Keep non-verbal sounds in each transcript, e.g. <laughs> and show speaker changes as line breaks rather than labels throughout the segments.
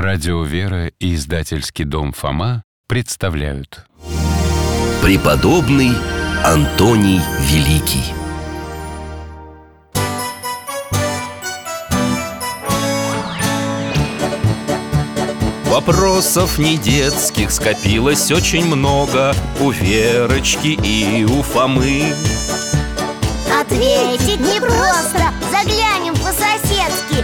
Радио «Вера» и издательский дом «Фома» представляют.
Преподобный Антоний Великий Вопросов не детских скопилось очень много У Верочки и у Фомы
Ответить непросто Заглянем по-соседски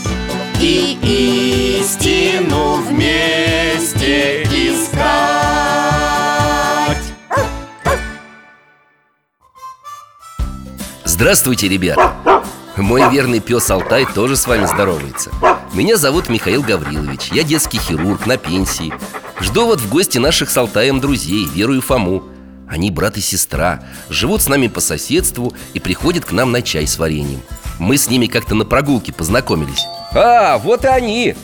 И истину вместе искать Здравствуйте, ребята! Мой верный пес Алтай тоже с вами здоровается Меня зовут Михаил Гаврилович, я детский хирург на пенсии Жду вот в гости наших с Алтаем друзей, Веру и Фому Они брат и сестра, живут с нами по соседству и приходят к нам на чай с вареньем Мы с ними как-то на прогулке познакомились А, вот и они!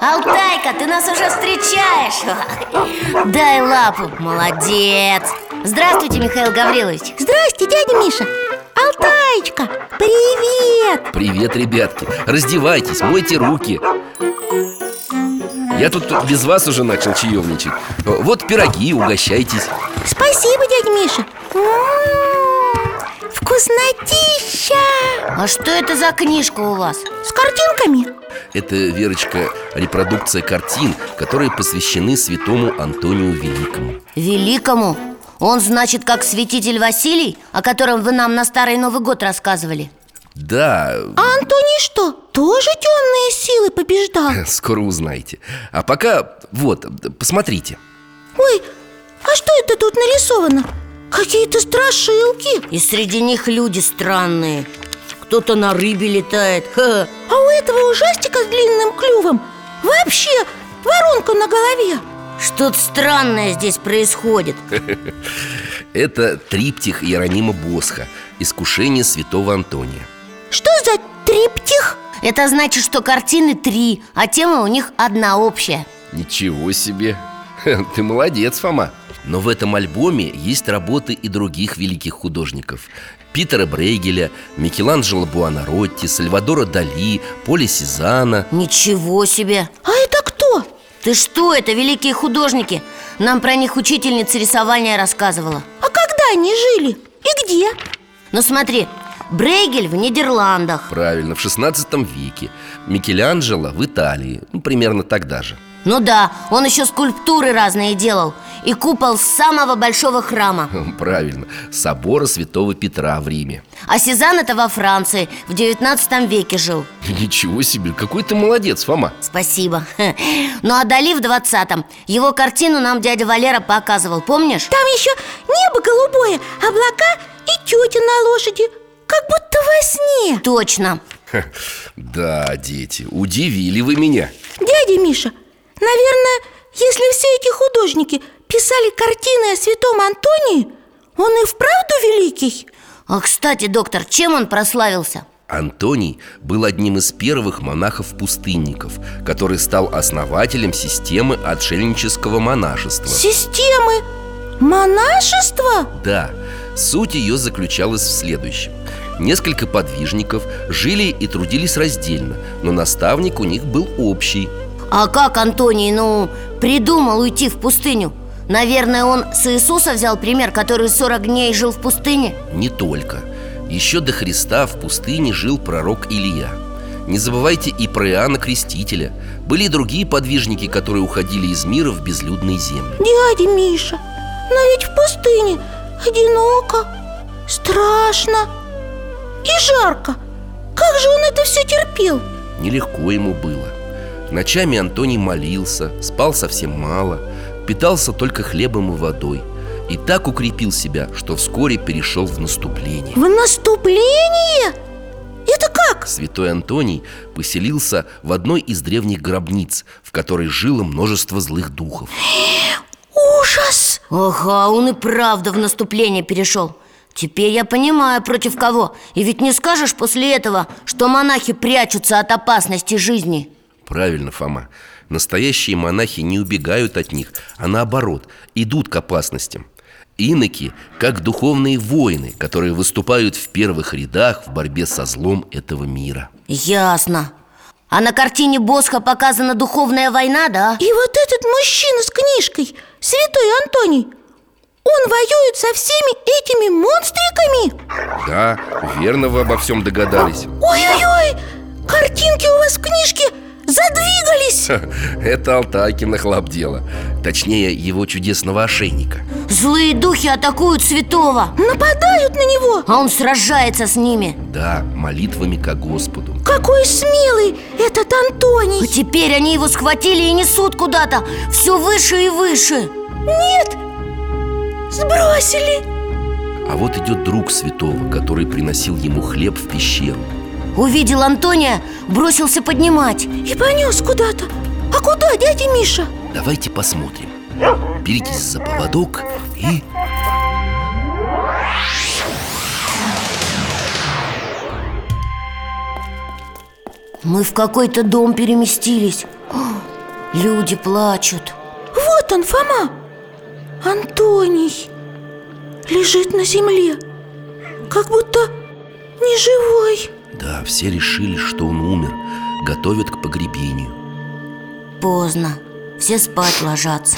Алтайка, ты нас уже встречаешь Дай лапу, молодец Здравствуйте, Михаил Гаврилович
Здрасте, дядя Миша Алтаечка, привет!
Привет, ребятки! Раздевайтесь, мойте руки я тут без вас уже начал чаевничать Вот пироги, угощайтесь
Спасибо, дядя Миша М, М-м-м. Вкуснотища!
А что это за книжка у вас?
С картинками
Это, Верочка, репродукция картин, которые посвящены святому Антонию Великому
Великому? Он, значит, как святитель Василий, о котором вы нам на Старый Новый год рассказывали
Да,
А Антоний что, тоже темные силы побеждал?
скоро узнаете А пока, вот, посмотрите
Ой, а что это тут нарисовано? Какие-то страшилки
И среди них люди странные Кто-то на рыбе летает Ха.
А у этого ужастика с длинным клювом Вообще воронка на голове
Что-то странное здесь происходит
Это триптих Иеронима Босха «Искушение святого Антония»
Что за триптих?
Это значит, что картины три, а тема у них одна общая
Ничего себе! <laughs> Ты молодец, Фома Но в этом альбоме есть работы и других великих художников Питера Брейгеля, Микеланджело Буонаротти, Сальвадора Дали, Поля Сезана
Ничего себе!
А это кто?
Ты что, это великие художники? Нам про них учительница рисования рассказывала
А когда они жили? И где?
Ну смотри, Брейгель в Нидерландах
Правильно, в 16 веке Микеланджело в Италии ну, Примерно тогда же <laughs>
Ну да, он еще скульптуры разные делал И купол самого большого храма
Правильно, собора святого Петра в Риме <laughs>
А Сезанн это во Франции В 19 веке жил
Ничего себе, какой ты молодец, Фома
Спасибо <laughs> Ну а Дали в 20-м Его картину нам дядя Валера показывал, помнишь?
Там еще небо голубое, облака и тетя на лошади Как будто во сне
Точно
Да, дети, удивили вы меня
Дядя Миша, наверное, если все эти художники писали картины о святом Антонии Он и вправду великий?
А кстати, доктор, чем он прославился?
Антоний был одним из первых монахов-пустынников Который стал основателем системы отшельнического монашества
Системы монашества?
Да, суть ее заключалась в следующем Несколько подвижников жили и трудились раздельно Но наставник у них был общий
А как Антоний, ну, придумал уйти в пустыню? Наверное, он с Иисуса взял пример, который 40 дней жил в пустыне
Не только. Еще до Христа в пустыне жил пророк Илья. Не забывайте и про Иоанна Крестителя. Были и другие подвижники, которые уходили из мира в безлюдные земли.
Дядя Миша, но ведь в пустыне одиноко, страшно и жарко. Как же он это все терпел?
Нелегко ему было. Ночами Антоний молился, спал совсем мало, питался только хлебом и водой. И так укрепил себя, что вскоре перешел в наступление.
В наступление? Это как?
Святой Антоний поселился в одной из древних гробниц, в которой жило множество злых духов.
Ужас!
Ага, он и правда в наступление перешел Теперь я понимаю, против кого И ведь не скажешь после этого, что монахи прячутся от опасности жизни
Правильно, Фома. Настоящие монахи не убегают от них, а наоборот, идут к опасностям. Иноки – как духовные воины, которые выступают в первых рядах в борьбе со злом этого мира.
Ясно А на картине Босха показана духовная война, да?
И вот этот мужчина с книжкой, святой Антоний, он воюет со всеми этими монстриками?
Да, верно вы обо всем догадались.
Ой-ой-ой! Картинки у вас в книжке задвигались!
Это Алтайкин хлоп дело. Точнее, его чудесного ошейника.
Злые духи атакуют святого
Нападают на него!
А он сражается с ними
Да, молитвами ко Господу.
Какой смелый этот
А
Антоний!
теперь они его схватили и несут куда-то Все выше и выше
Нет! Сбросили!
А вот идет друг святого, который приносил ему хлеб в пещеру.
Увидел Антония, бросился поднимать
И понес куда-то А куда, дядя Миша?
Давайте посмотрим. Беритесь за поводок и...
Мы в какой-то дом переместились О, Люди плачут
Вот он, Фома Антоний Лежит на земле Как будто не живой
Да, все решили, что он умер. Готовят к погребению.
Поздно Все спать ложатся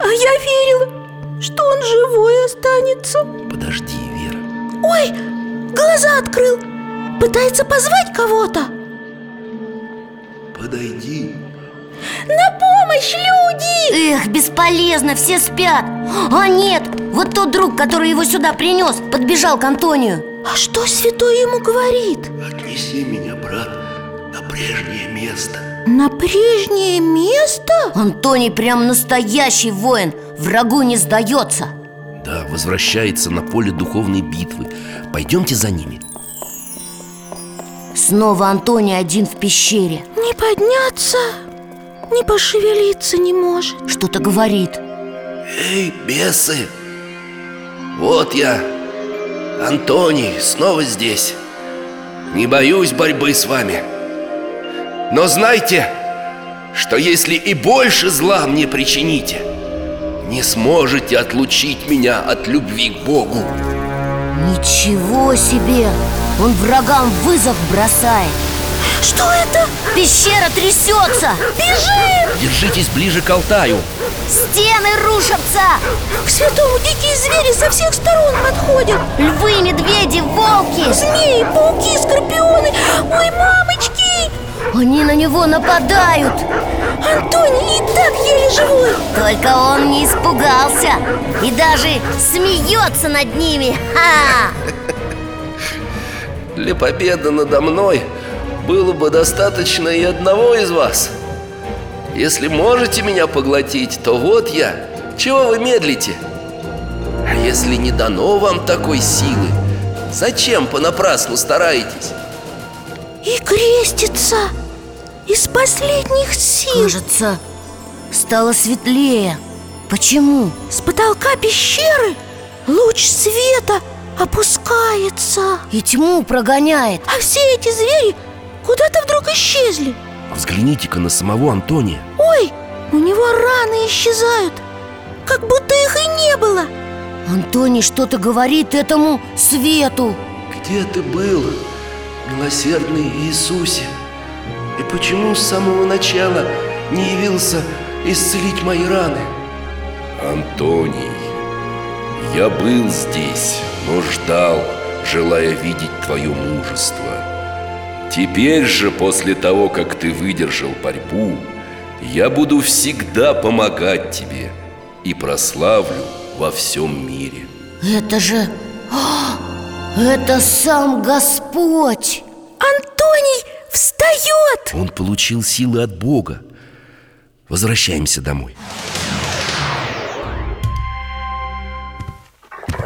А я верила, что он живой останется
Подожди, Вера.
Ой, глаза открыл Пытается позвать кого-то
Подойди.
На помощь, люди!
Эх, бесполезно, все спят А нет, вот тот друг, который его сюда принес Подбежал к Антонию
А что святой ему говорит?
Отнеси меня, брат, на прежнее место.
На прежнее место?
Антоний прям настоящий воин Врагу не сдается
Да, возвращается на поле духовной битвы. Пойдемте за ними.
Снова Антоний один в пещере
Не подняться, не пошевелиться не может
Что-то говорит
Эй, бесы! Вот я, Антоний, снова здесь. Не боюсь борьбы с вами. Но знайте, что если и больше зла мне причините, не сможете отлучить меня от любви к Богу.
Ничего себе! Он врагам вызов бросает
Что это?
Пещера трясется!
Бежим!
Держитесь ближе к Алтаю.
Стены рушатся!
К святому дикие звери со всех сторон подходят
Львы, медведи, волки
Змеи, пауки, скорпионы Ой, мамочки!
Они на него нападают
Антоний и так еле живой
Только он не испугался И даже смеется над ними Ха!
Для победы надо мной было бы достаточно и одного из вас. Если можете меня поглотить, то вот я. Чего вы медлите? А если не дано вам такой силы, зачем понапрасну стараетесь?
И крестится из последних сил
Кажется, стало светлее Почему?
С потолка пещеры луч света опускается
И тьму прогоняет
А все эти звери куда-то вдруг исчезли
Взгляните-ка на самого Антония.
Ой, у него раны исчезают Как будто их и не было
Антоний что-то говорит этому свету
Где ты был, милосердный Иисусе? И почему с самого начала не явился исцелить мои раны? Антоний, я был здесь, но ждал, желая видеть твое мужество. Теперь же, после того, как ты выдержал борьбу, я буду всегда помогать тебе и прославлю во всем мире.
Это же... А! Это сам Господь
Антоний встает!
Он получил силы от Бога. Возвращаемся домой.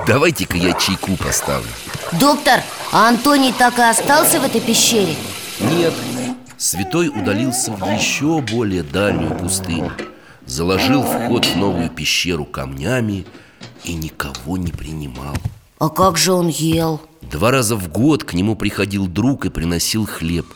Давайте-ка я чайку поставлю
Доктор, а Антоний так и остался в этой пещере?
Нет, святой удалился в еще более дальнюю пустыню Заложил вход в новую пещеру камнями и никого не принимал
А как же он ел?
Два раза в год к нему приходил друг и приносил хлеб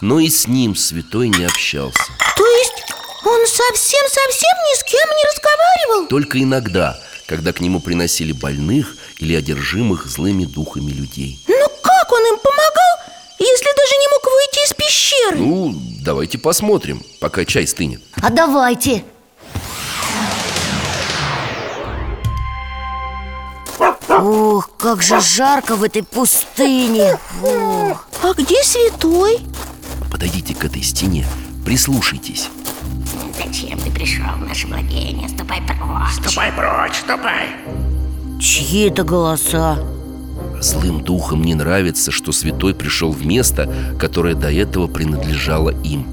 Но и с ним святой не общался
То есть он совсем-совсем ни с кем не разговаривал?
Только иногда, когда к нему приносили больных или одержимых злыми духами людей
Ну как он им помогал, если даже не мог выйти из пещеры?
Ну, давайте посмотрим, пока чай стынет
А давайте Ох, как же жарко в этой пустыне Ох.
А где святой?
Подойдите к этой стене, прислушайтесь
Зачем ты пришел в наше владение? Ступай прочь Ступай прочь, ступай
Чьи это голоса?
Злым духам не нравится, что святой пришел в место, которое до этого принадлежало им.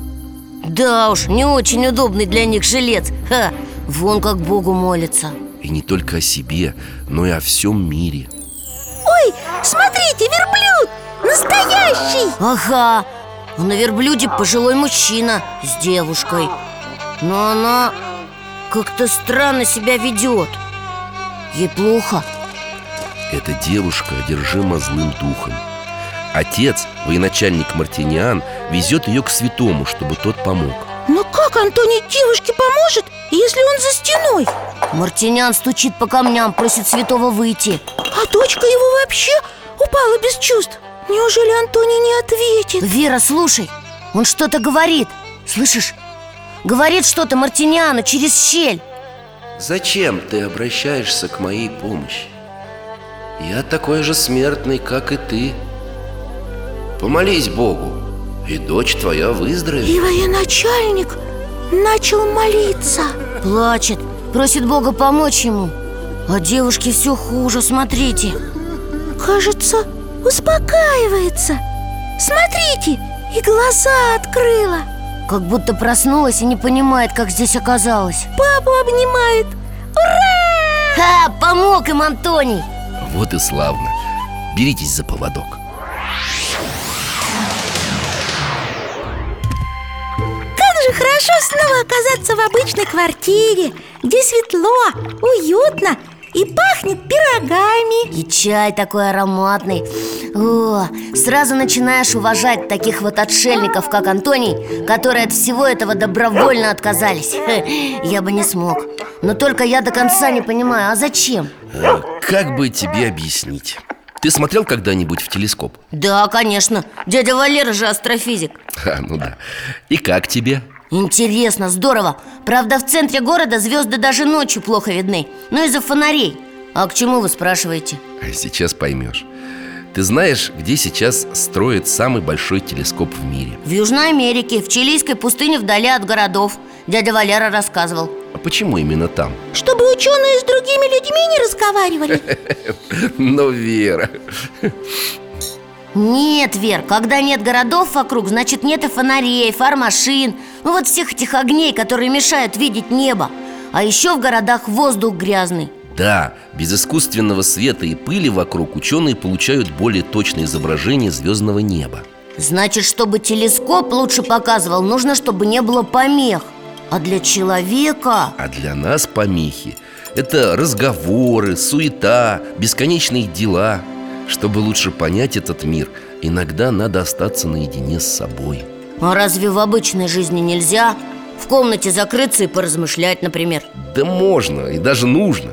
Да уж, не очень удобный для них жилец Ха, вон как Богу молится
И не только о себе, но и о всем мире.
Ой, смотрите, верблюд! Настоящий!
Ага, а на верблюде пожилой мужчина с девушкой Но она как-то странно себя ведет Ей плохо?
Эта девушка одержима злым духом. Отец, военачальник Мартиниан, везет ее к святому, чтобы тот помог.
Но Ну как Антоний девушке поможет, если он за стеной?
Мартинян стучит по камням, просит святого выйти
А дочка его вообще упала без чувств Неужели Антоний не ответит?
Вера, слушай, он что-то говорит Слышишь? Говорит что-то Мартиниану через щель
Зачем ты обращаешься к моей помощи? Я такой же смертный, как и ты. Помолись Богу, и дочь твоя выздоровеет.
И военачальник начал молиться
Плачет, просит Бога помочь ему А девушке все хуже, смотрите
Кажется, успокаивается Смотрите, и глаза открыла
Как будто проснулась и не понимает, как здесь оказалась
Папу обнимает
Ха, помог им Антоний
Вот и славно. Беритесь за поводок.
Как же хорошо снова оказаться в обычной квартире Где светло, уютно и пахнет пирогами
И чай такой ароматный О, сразу начинаешь уважать таких вот отшельников, как Антоний Которые от всего этого добровольно отказались Хе, Я бы не смог Но только я до конца не понимаю, а зачем?
Э, Как бы тебе объяснить? Ты смотрел когда-нибудь в телескоп?
Да, конечно, дядя Валера же астрофизик
Ха, ну да. И как тебе?
Интересно, здорово Правда, в центре города звезды даже ночью плохо видны Но из-за фонарей А к чему вы спрашиваете?
А Сейчас поймешь. Ты знаешь, где сейчас строят самый большой телескоп в мире?
В Южной Америке, в чилийской пустыне вдали от городов Дядя Валера рассказывал
А почему именно там?
Чтобы ученые с другими людьми не разговаривали
Но Вера,
Нет, Вер, когда нет городов вокруг, значит нет и фонарей, фармашин Ну вот всех этих огней, которые мешают видеть небо А еще в городах воздух грязный
да, без искусственного света и пыли вокруг ученые получают более точное изображение звездного неба.
Значит, чтобы телескоп лучше показывал, нужно, чтобы не было помех А для человека...
А для нас помехи – это разговоры, суета, бесконечные дела. Чтобы лучше понять этот мир, иногда надо остаться наедине с собой.
А разве в обычной жизни нельзя? В комнате закрыться и поразмышлять, например
Да можно и даже нужно.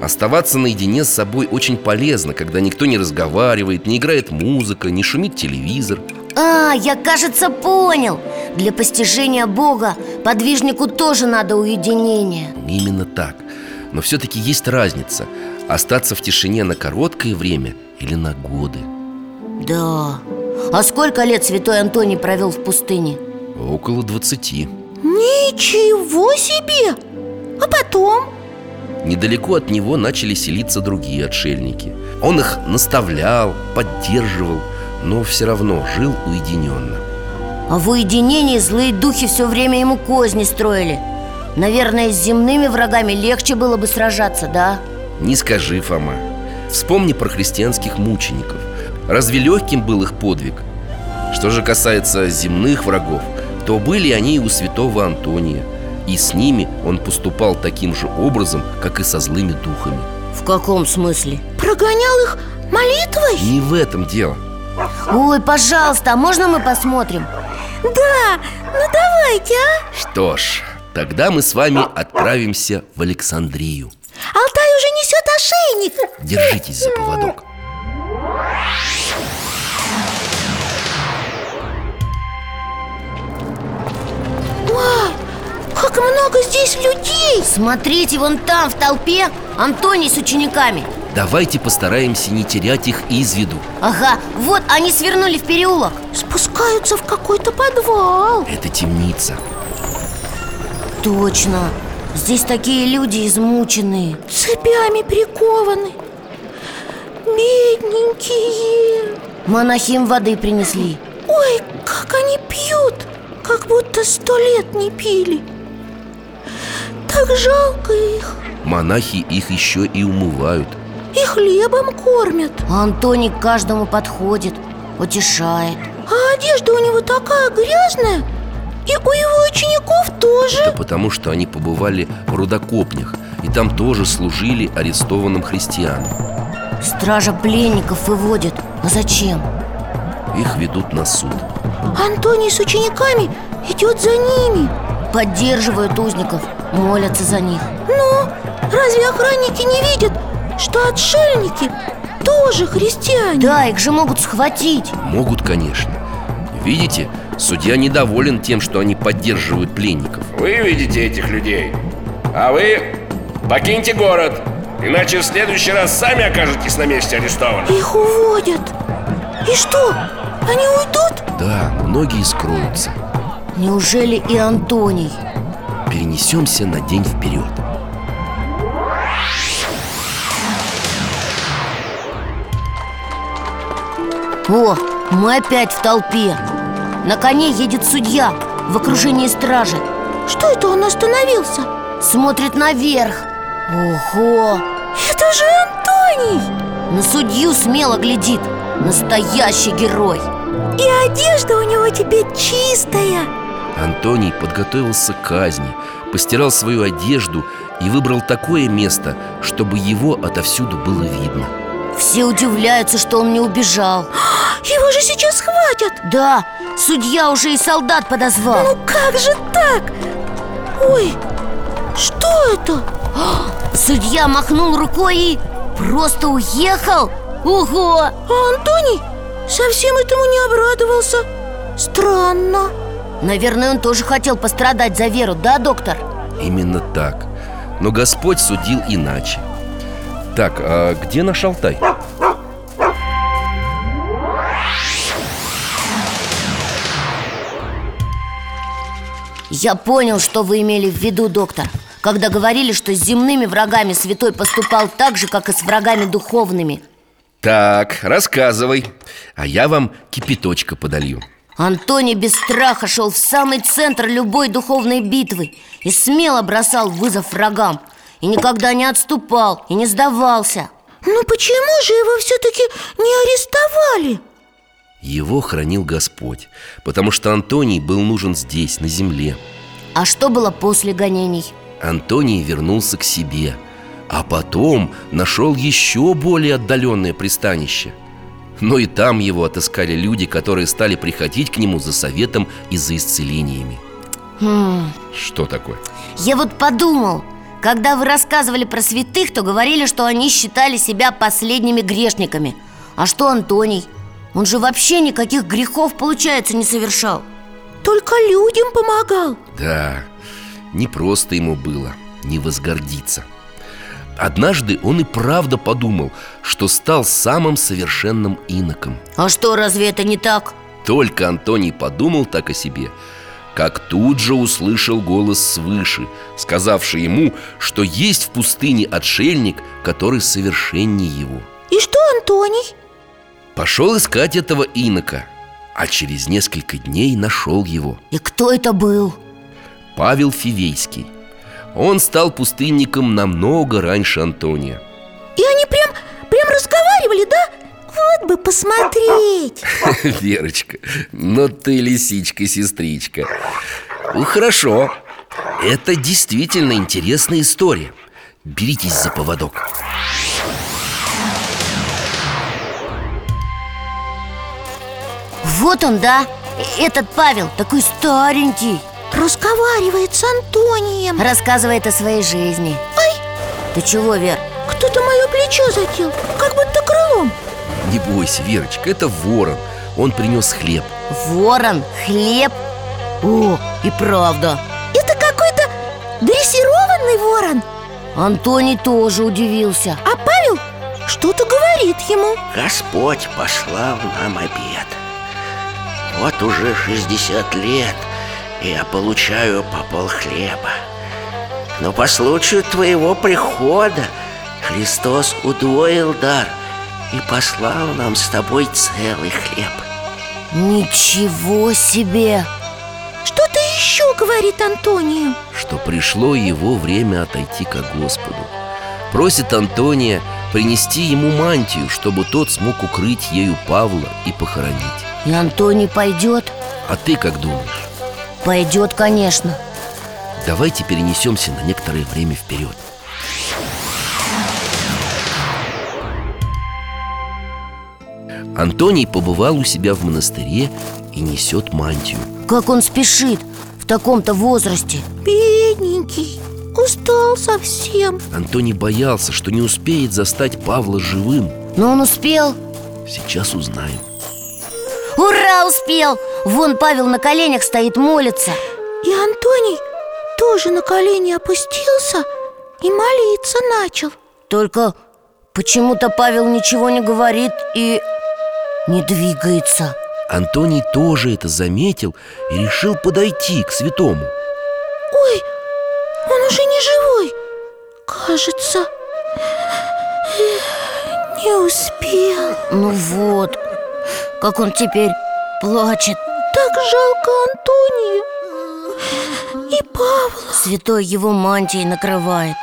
Оставаться наедине с собой очень полезно, когда никто не разговаривает, не играет музыка, не шумит телевизор.
А, я, кажется, понял Для постижения Бога подвижнику тоже надо уединение
Именно так. Но все-таки есть разница – остаться в тишине на короткое время или на годы.
Да А сколько лет святой Антоний провел в пустыне?
Около 20.
Ничего себе! А потом?
Недалеко от него начали селиться другие отшельники. Он их наставлял, поддерживал, но все равно жил уединенно.
А в уединении злые духи все время ему козни строили Наверное, с земными врагами легче было бы сражаться, да?
Не скажи, Фома. Вспомни про христианских мучеников. Разве легким был их подвиг? Что же касается земных врагов, то были они и у святого Антония. И с ними он поступал таким же образом, как и со злыми духами.
В каком смысле?
Прогонял их молитвой?
Не в этом дело.
Ой, пожалуйста, а можно мы посмотрим?
Да, ну давайте, а?
Что ж, тогда мы с вами отправимся в Александрию.
Алтай уже несет ошейник
Держитесь за поводок.
Вау, как много здесь людей
Смотрите, вон там в толпе Антоний с учениками
Давайте постараемся не терять их из виду.
Ага, вот они свернули в переулок
Спускаются в какой-то подвал
Это темница.
Точно, здесь такие люди измученные
Цепями прикованы Бедненькие
Монахи им воды принесли
Ой, как они пьют Как будто сто лет не пили Так жалко их
Монахи их еще и умывают.
И хлебом кормят
А Антоний к каждому подходит, утешает
А одежда у него такая грязная И у его учеников
Да
тоже
потому что они побывали в рудокопнях и там тоже служили арестованным христианам.
Стража пленников выводит А зачем?
Их ведут на суд.
Антоний с учениками идет за ними
Поддерживают узников, молятся за них
Но разве охранники не видят, что отшельники тоже христиане?
Да, их же могут схватить
Могут, конечно. Видите, судья недоволен тем, что они поддерживают пленников.
Вы видите этих людей. А вы покиньте город, иначе в следующий раз сами окажетесь на месте арестованных.
Их уводят. И что? Они уйдут?
Да, многие скроются.
Неужели и Антоний?
Перенесемся на день вперед.
О, мы опять в толпе На коне едет судья в окружении стражи
Что это он остановился?
Смотрит наверх Ого!
Это же Антоний!
На судью смело глядит Настоящий герой
И одежда у него теперь чистая.
Антоний подготовился к казни, постирал свою одежду и выбрал такое место, чтобы его отовсюду было видно.
Все удивляются, что он не убежал
<gasps> Его же сейчас схватят.
Да, судья уже и солдат подозвал
Ну как же так? Ой, что это?
Судья махнул рукой и просто уехал Ого!
А Антоний совсем этому не обрадовался. Странно.
Наверное, он тоже хотел пострадать за веру, да, доктор?
Именно так. Но Господь судил иначе. Так, а где наш Алтай?
Я понял, что вы имели в виду, доктор Когда говорили, что с земными врагами святой поступал так же, как и с врагами духовными
Так, рассказывай. А я вам кипяточка подолью.
Антоний без страха шел в самый центр любой духовной битвы И смело бросал вызов врагам И никогда не отступал, и не сдавался
Ну почему же его все-таки не арестовали?
Его хранил Господь, потому что Антоний был нужен здесь, на земле.
А что было после гонений?
Антоний вернулся к себе, а потом нашел еще более отдаленное пристанище. Но и там его отыскали люди, которые стали приходить к нему за советом и за исцелениями.
Хм,
Что такое?
Я вот подумал Когда вы рассказывали про святых, то говорили, что они считали себя последними грешниками А что Антоний? Он же вообще никаких грехов, получается, не совершал
Только людям помогал
Да, не просто ему было не возгордиться. Однажды он и правда подумал, что стал самым совершенным иноком.
А что, разве это не так?
Только Антоний подумал так о себе, как тут же услышал голос свыше, сказавший ему, что есть в пустыне отшельник, который совершеннее его.
И что Антоний?
Пошел искать этого инока, а через несколько дней нашел его,
И кто это был?
Павел Фивейский. Он стал пустынником намного раньше Антония.
И они прям, прям разговаривали Вот бы посмотреть
<laughs> Верочка, ну ты лисичка-сестричка Ну хорошо, это действительно интересная история Беритесь за поводок
Вот он, да, э- этот Павел, такой старенький
Разговаривает с Антонием
Рассказывает о своей жизни
Ай,
Ты чего, Вер?
кто-то мое плечо задел Как будто крылом
Не бойся, Верочка, это ворон Он принес хлеб
Ворон, хлеб О, и правда
Это какой-то дрессированный ворон
Антоний тоже удивился
А Павел что-то говорит ему
Господь послал нам обед. Вот уже 60 лет я получаю по пол хлеба. Но по случаю твоего прихода Христос удвоил дар и послал нам с тобой целый хлеб.
Ничего себе!
Что-то еще говорит Антонию
Что пришло его время отойти к Господу Просит Антония принести ему мантию Чтобы тот смог укрыть ею Павла и похоронить
И Антоний пойдет?
А ты как думаешь?
Пойдет, конечно
Давайте перенесемся на некоторое время вперед Антоний побывал у себя в монастыре и несет мантию
Как он спешит в таком-то возрасте
Бедненький, устал совсем
Антоний боялся, что не успеет застать Павла живым
Но он успел
Сейчас узнаем
Ура, успел! Вон Павел на коленях стоит, молится
И Антоний тоже на колени опустился и молиться начал
Только почему-то Павел ничего не говорит и не двигается
Антоний тоже это заметил и решил подойти к святому
Ой, он уже не живой Кажется, не успел
Ну вот, как он теперь плачет
Так жалко Антония и Павла
Святой его мантией накрывает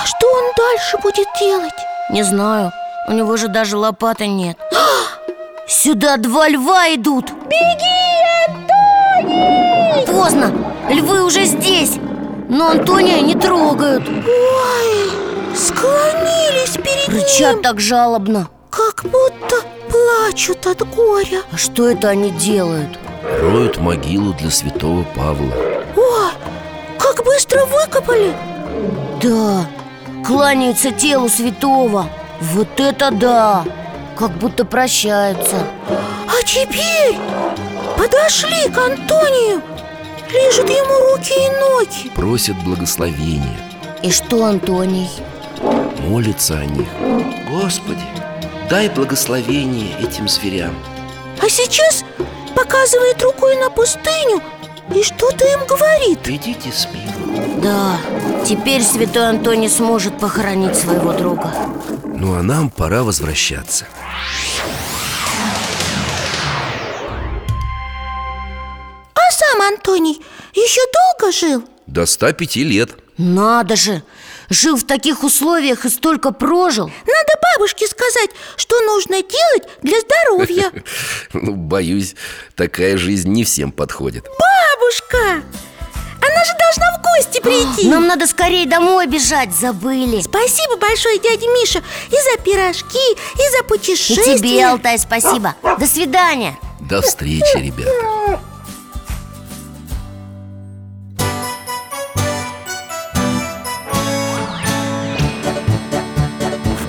А что он дальше будет делать?
Не знаю, у него же даже лопаты нет <gasps> Сюда два льва идут Беги, Антоний! Поздно, львы уже здесь Но Антония не трогают
Ой, склонились перед
Рычат
ним
так жалобно
Как будто плачут от горя
А что это они делают?
Роют могилу для святого Павла
О, как быстро выкопали
Да, кланяются телу святого Вот это да! Как будто прощаются
А теперь подошли к Антонию Лижут ему руки и ноги
Просят благословения
И что, Антоний?
Молятся о них
Господи, дай благословение этим зверям.
А сейчас показывает рукой на пустыню И что-то им говорит
Идите с миром.
Да, теперь святой Антоний сможет похоронить своего друга
Ну а нам пора возвращаться
А сам Антоний еще долго жил?
До 105 лет
Надо же! Жил в таких условиях и столько прожил
Надо бабушке сказать, что нужно делать для здоровья
Ну, боюсь, такая жизнь не всем подходит
Бабушка! Она же должна в гости прийти
<gasps> Нам надо скорее домой бежать, забыли
Спасибо большое, дядя Миша И за пирожки, и за
И
путешествия
тебе, Алтай, спасибо До свидания
До встречи, ребята В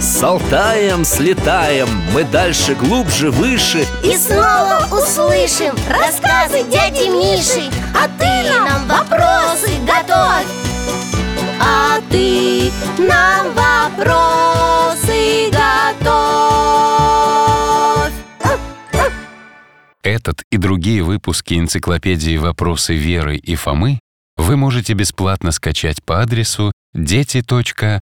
С Алтаем слетаем Мы дальше, глубже, выше
И снова услышим рассказы дяди Миши А ты нам вопросы готовь А ты нам вопросы готовь
Это Этот и другие выпуски энциклопедии «Вопросы Веры и Фомы» вы можете бесплатно скачать по адресу дети.радиовера.ру.